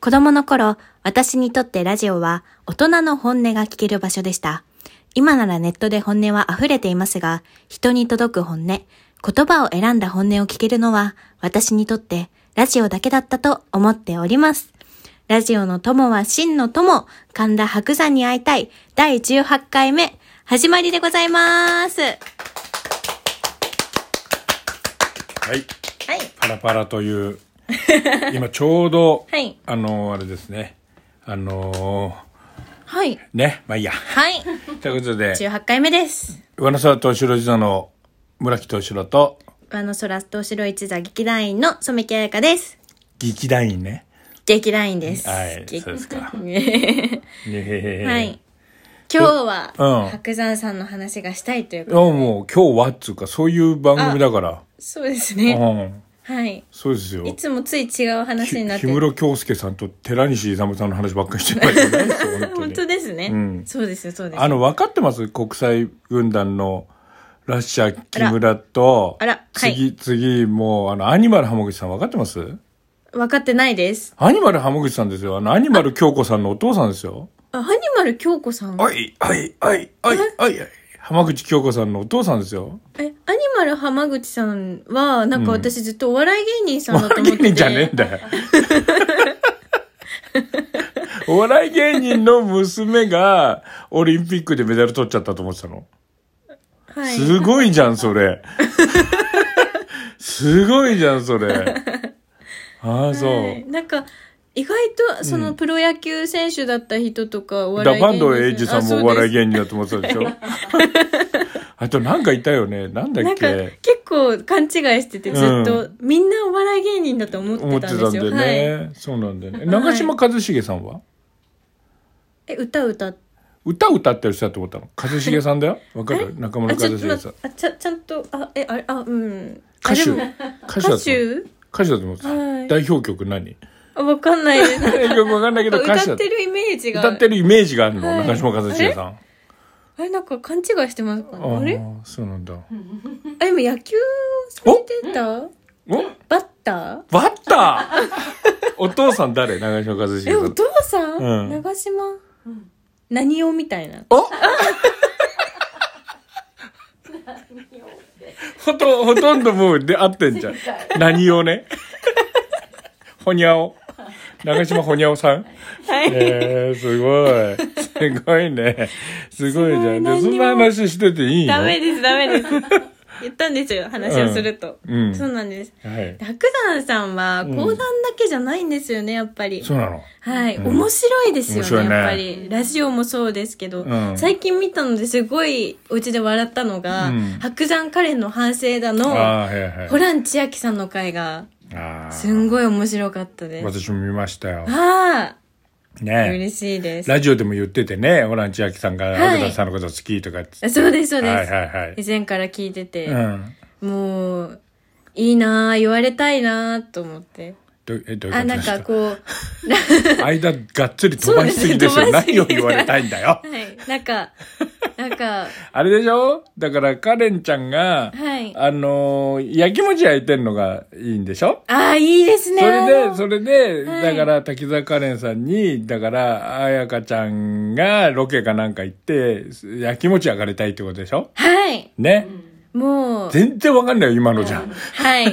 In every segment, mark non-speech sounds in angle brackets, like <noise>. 子供の頃、私にとってラジオは大人の本音が聞ける場所でした。今ならネットで本音は溢れていますが、人に届く本音、言葉を選んだ本音を聞けるのは、私にとってラジオだけだったと思っております。ラジオの友は真の友、神田白山に会いたい、第18回目、始まりでございます。はい。はい。パラパラという、 <laughs> 今ちょうど、はいあのーあれですね。あのはい。ーね、まあい <laughs> いや。はい。ということで、 18回目です。上野沢敏郎次男の村木敏郎と、あの空と白一座劇団員の染木彩香です。劇団員ね。劇団員です。はい、劇そうですか。 <laughs> は。。はい今日は、うん白山さんの話がしたいといういか、やもう今日はっつうか、そういう番組だから。そうですうね。ん。はい。そうですよ。いつもつい違う話になっきて木村京介さんと寺西勇さんの話ばっかりしてるわけじゃないですよ、 <laughs> <laughs> 本当ですね。うんそうですよ、そうですよ。あの、分かってます国際軍団のラッシャー木村と、あらあらはい次、次、もう、あの、アニマル浜口さん分かってます分かってないです。アニマル浜口さんですよ。あの、アニマル京子さんのお父さんですよ。あ、アニマル京子さんおい、おい、おい、おい、おい、浜口京子さんのお父さんですよ。え、アニマル浜口さんは、なんか私ずっとお笑い芸人さんだと <laughs> 思ってて。芸人じゃね <laughs> えんだよ。お笑い芸人の娘がオリンピックでメダル取っちゃったと思ってたの。はい。すごいじゃん、それ。すごいじゃん、それ。ああ、そう。はいなんか、意外と、その、プロ野球選手だった人とか、おだ笑かい芸ら坂人東英二さんもお笑い人。芸人だと思ってたでしょあとなんかいたよね。なんだなっんか、け結構勘違いしてて、ずっと、みんなお笑い芸人だと思って思ってたたんですんだよ。よはい。ね。そうなんだよね。長嶋一茂さんはえ、歌歌って。歌歌ってる人だと思ったの。一茂さんだよ。わかる中村あ、ち一ょっと茂待さっんて。、あ、ちゃ、ちゃんと、あ、え、あれ、あ、うん。あ歌手。で歌も歌手だと思う。手歌手だと思ってたはい代表曲何あ、わかんないです。よくわかんないけど歌手歌だってるイメージが。歌ってるイメージがあるの。はい中島一茂さん。あれ、なんか勘違いしてますかねーあれそうなんだ。あ、今野球をされてたおバッターバッター <laughs> お父さん誰長嶋一茂さえ、おん。父さうんん長島何をみたいな。お <laughs> ほと、ほとんどもうで合ってん <laughs> じゃん。何をね。ほにゃお。長島ほにゃ <laughs> おさん。はい。えー、すごい。すごいね。すごいじゃん。で、すごい何そんにもな話してていいのダメです、ダメです。 <laughs> 言ったんですよ、話をすると。うんうんそうなんです。はい。白山さんは、講談だけじゃないんですよね、やっぱり。そうなの。はい、面白いです面よ白いねねやっぱりラジオもそうですけど、うん最近見たのですごいお家で笑ったのが「うん白山カレンの反省だの」ああー、はいはい。ホラン千秋さんの回がああ。すんごい面白かったです。私も見ましたよ。ああ、ね嬉しいです。ラジオでも言っててね、ホラン千秋さんが、い白田さんのこと好きとかって。そうですそうはでいす、はいはい。以前から聞いてて、うん。もういいなあ言われたいなあと思って。どえどういうことですかあなんかこ <laughs> う間がっつり飛ばしすぎですよ。そうです何を言われたいんだよ。はいなん <laughs> かなんかあれでしょだから、カレンちゃんが、はいあのー焼きもち焼いてんのがいいんでしょああいいですねそれあで、のそれで、はいだから、滝沢カレンさんに、だから、彩香ちゃんがロケかなんか行って、焼きもち焼かれたいってことでしょはいね、もう全然わかんないよ、今のじゃん。はい。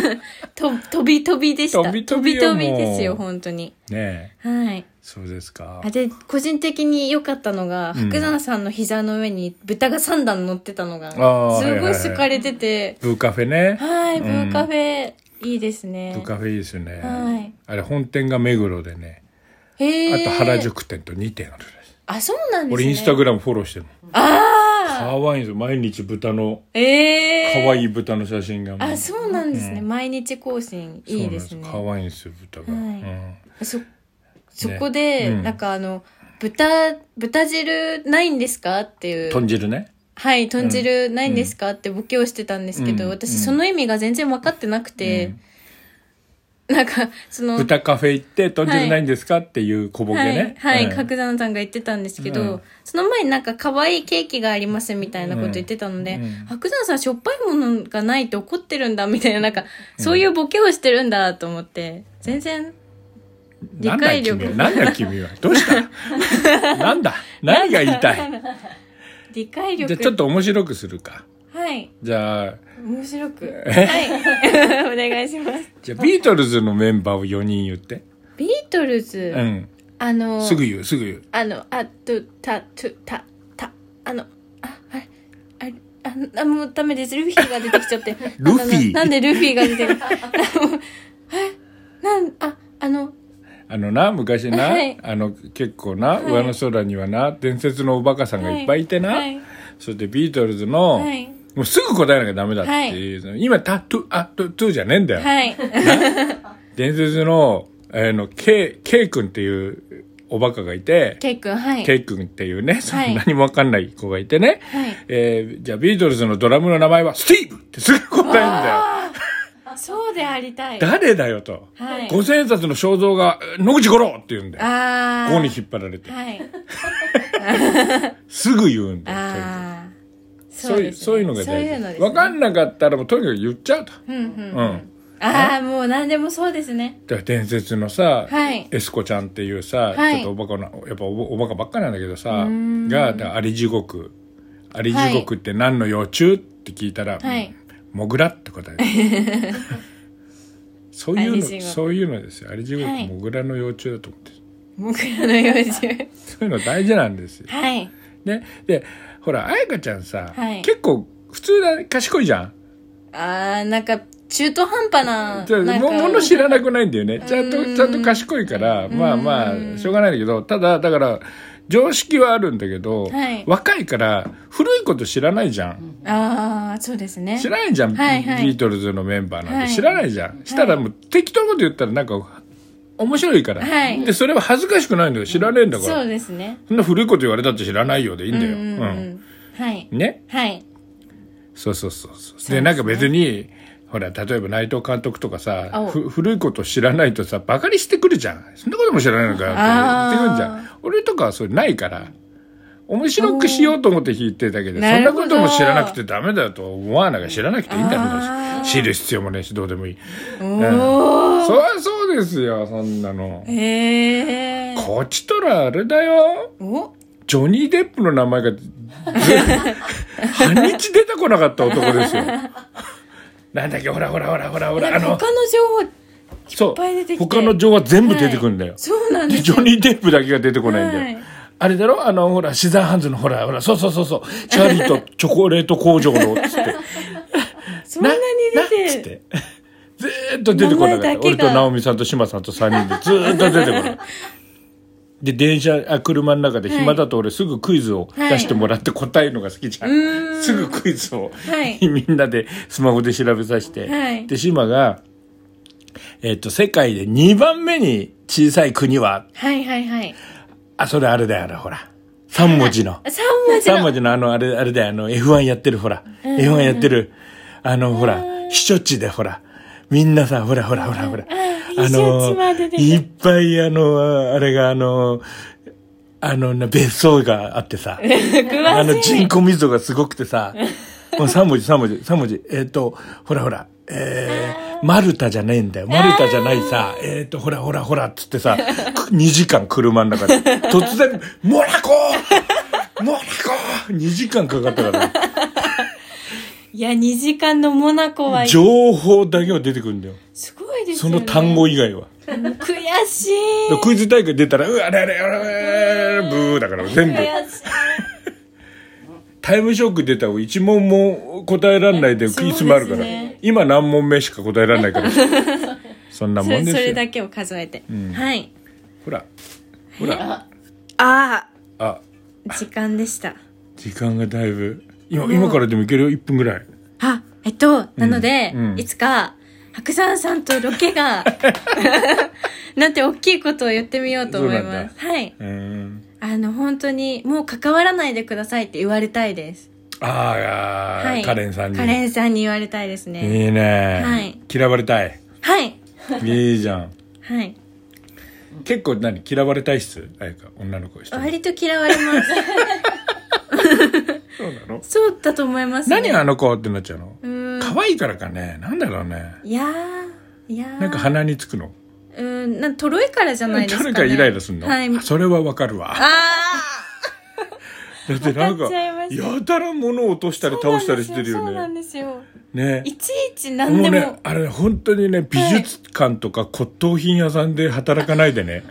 <laughs> と、飛び飛びでした。飛び飛びよ飛び飛びですよ、もう本当に。ねえ、はい。そうですかあ。で、個人的に良かったのが、うん白山さんの膝の上に豚が3段乗ってたのが、すーはいはいごはいい好かれてて、ブーカフェね。はい、ブうんーカフェ、いいですブーね。カフェいいですよね。はいあれ、本店が目黒でね、へあえ。と原。宿店と2店あるんです。あ、そうなんですね。俺インスタグラムフォローしてるの。ああ可愛いんですよ。毎日豚の、え可え。愛い。い豚の写真が。あ、そうなんですね。毎日更新、そういないんですね。可愛いんですよ、豚が。はいうんそ、そこで、うんなんかあの、豚、豚汁ないんですかっていう。豚汁ね。はい、豚汁ないんですか、ってボケをしてたんですけど、うんう私んその意味が全然分かってなくて、なんか、その、豚カフェ行って、豚汁ないんですかっていう小ボケはいね、。はい、うん角山さんが言ってたんですけど、うんその前になんか可愛いケーキがありますみたいなこと言ってたので、うんうん白山さんしょっぱいものがないと怒ってるんだみたいな、なんか、そういうボケをしてるんだと思って、全然、な理んだ解君力は。なんだ君は。どうした <laughs> なんだ何が言いたい理解じ力ゃあちょっと面白くするか。はいじゃあ、面白くはい <laughs> お願いしますじゃあビートルズのメンバーを4人言って。ビートルズ、うん。あのすぐ言う、すぐ言う。あのあとたとたたあのああれあれああもうダメですルフィが出てきちゃって <laughs> ルあフィのななんでルフィが出て <laughs> くるあのえなんああのあのな、昔な、はいあの、結構な、い上の空にはな、伝説のおバカさんがいっぱいいてな、はいそれでビートルズの、はいもうすぐ答えなきゃダメだっていう、今、タトゥ、あ、トゥ、トゥじゃねえんだよ。はい伝説の、えーの、ケイ、ケイ君っていうおバカがいて、ケイ君はいケイ君っていうね、そんはいなにもわかんない子がいてね、はいえーじゃあビートルズのドラムの名前はスティーブってすぐ答えるんだよ。そうでありたい誰だよと。はい五千円札の肖像がえー野口五郎って言うんだよ。ああここに引っ張られて。はいすぐ言うんだよ。とにかああくそういう、そういうのがそう大いうの事。ですわねかんなかったらもうとにかく言っちゃうと。うんうんうん。ああもう何でもそうですねだから伝説のさ、はいエスコちゃんっていうさ、はいちょっとおバカなやっぱおおバカばっかなんだけどさんがだからアリ地獄アリ地獄って何の幼虫って聞いたら、はいモグラって答え <laughs> たそういアリう地の獄そういうのですよアリ地獄、はいモグラの幼虫だと思ってる僕らの幼虫そういうの大事なんですよ、はいね、でほら彩香ちゃんさ、はい結構普通だ賢いじゃんあーなんか中途半端なじゃあなんかももの知らなくないんだよねちゃんとうんちゃんと賢いからまあまあしょうがないんだけどただだから常識はあるんだけど、はい若いから古いこと知らないじゃんああそうですね知らないじゃん、はいはいビートルズのメンバーなんはいて知らないじゃん、したらもう適当なこと言ったらなんか面白いから、はいでそれは恥ずかしくないんだよ知らねえんだから、そうですねそんな古いこと言われたって知らないよでいいんだよ、うんうんうんはいうんねはいそうそうそうそうすでねなんか別にほら例えば内藤監督とかさおふ古いこと知らないとさバカにしてくるじゃんそんなことも知らないのかよあーって言ってくるじゃん俺とかはそれないから面白くしようと思って弾いてたけどそんなことも知らなくてダメだと思わないから知らなくていいんだみたいあーな知る必要もねえしどうでもいいおおそりゃそうですよそんなのへえこっちとらあれだよおジョニー・デップの名 <laughs> 前がず半日出てこなかった男ですよ。なんだっけ、ほらほらほらほらほら、他あのの、情報そうぱい出てき、て他の情は全部出てくるんだよ。そうなんでですジョニー・デップだけが出てこないんだよ。はいあれだろあの、ほら、シザーハンズのほら、ほら、そうそうそうそう、チャーリーとチョコレート工場の、つって。そんなにな出つって <laughs> て。ずーっと出てこ名前なかっだた。け俺がと直美さんと志麻さんと3人でずーっと出てこ <laughs> ない。で、電車、あ、車の中ではい暇だと俺すぐクイズを出してもらって答えるのが好きじゃん。ーんすぐクイズを、はい <laughs> みんなでスマホで調べさせて。はいで、志麻が、えっ、と、世界で2番目に小さい国は、はいはいはいあ、それあれだよな、ほら。3 <laughs> 文字の。三文字3の文字のあの、あれ、あれだよ、あの、F1 やってる、ほら。F1 やってる。あの、ほら、避暑地で、ほら。みんなさ、ほら、ほら、ほら、ほら。うん避あ暑地まで出ていっぱい、あの、あれが、あの、あの、な別荘があってさ。あの、詳しい人口密度がすごくて <laughs> さ。もう3文字、3文字、3文字。えっ、と、ほらほら、えー、マルタじゃねえんだよ。マルタじゃないさ、えっ、と、ほらほらほら、つってさ、2時間車の <laughs> 中で、突然、モナコモナコ !2 時間かかったから、いや2時間のモナコは情報だけは出てくるんだよ。すごいですそよねの単語以外は。悔しいクイズ大会出たら、うわ、あれあれあれあれ、ブーだから全部。悔しいタイムショック出たを一問も答えられないでクイズもあるから、そうですね今何問目しか答えられな <laughs> いから、そんなそもんれでそすれよ。だけを数えて、はいほら、ほら、ああ、あ時間でした時間がだいぶ今今からでもいけるよ1分ぐらいあえっとなので、うんいつか白山さんとロケ <laughs> がなんて大きいことを言ってみようと思いそうなんまだすはいうんあの本当にもう関わらないでくださいって言われたいですああ、はいカレンさんにカレンさんに言われたいですねいいね、はい嫌われ <laughs> たいはいいいじゃんはい結構何嫌われたい質なんか女の子一人割と嫌われます <laughs> そうなのそうだと思います、ね、何あの子ってなっちゃうのうーん可愛いからかねなんだろうねいやーいやーなんか鼻につくのううん、なんトロイからじゃないですか、ね。誰かイライラすんの、はい。それはわかるわ。あだってなわんかっか、ちゃいますやたら物を落としたりあ倒したりしてるそうなよんね。ですよ。ね。 <laughs> いちいち何もでうも。ね、あれ本当にね、美術館とか骨董品屋さんで働かない <laughs> でね、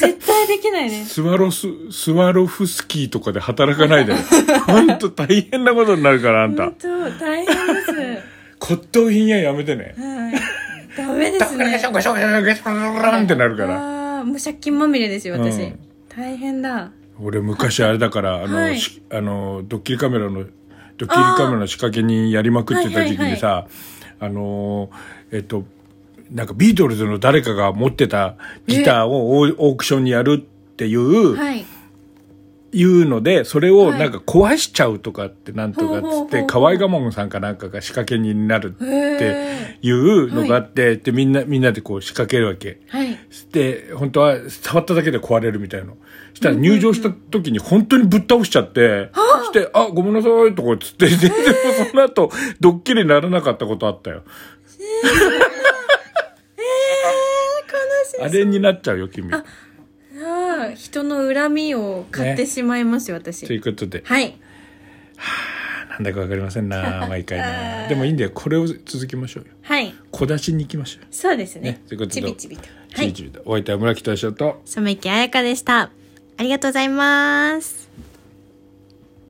絶対できないね。スワロス、スワロフスキーとかで働 <laughs> かないでね、本当大変なことになるから、あんた本。当、大変です。骨董品屋やめてね。はい。ダメでガすシね。ャンガシャンガシャンガシャンってなるから。ああ、もう借金まみれですよ、私。うん大変だ。俺昔あれだから、あの、はいしあの、ドッキリカメラの、ドッキリカメラの仕掛け人やりまくってた時期にさ、あの、えっと、なんかビートルズの誰かが持ってたギターをオーオークションにやるっていう、はい。いうので、それをはいなんか壊しちゃうとかってなんとかっほうほうつほっうほて、う河合我門さんかなんかが仕掛け人になるってへいうのがあって、で、みんな、みんなでこう仕掛けるわけ。はい。で、本当は触っただけで壊れるみたいな。したら入場した時に本当にぶっ倒しちゃって、して、あ、ごめんなさいとかつって、で、でもその後、ドッキリにならなかったことあったよ。えー、あ悲しい。れになっちゃうよ、君。とああ、人の恨みを買ってしまいます、私。いうことで、はい。なんだかわかりません <laughs> な、毎回な。でもいいんだよ、これを続きましょうよ。はい。小出しに行きましょう。そうですね。ねということでちびちびと。はちびい。ちびとお相手は村木大将と、染木彩香でした。ありがとうございます。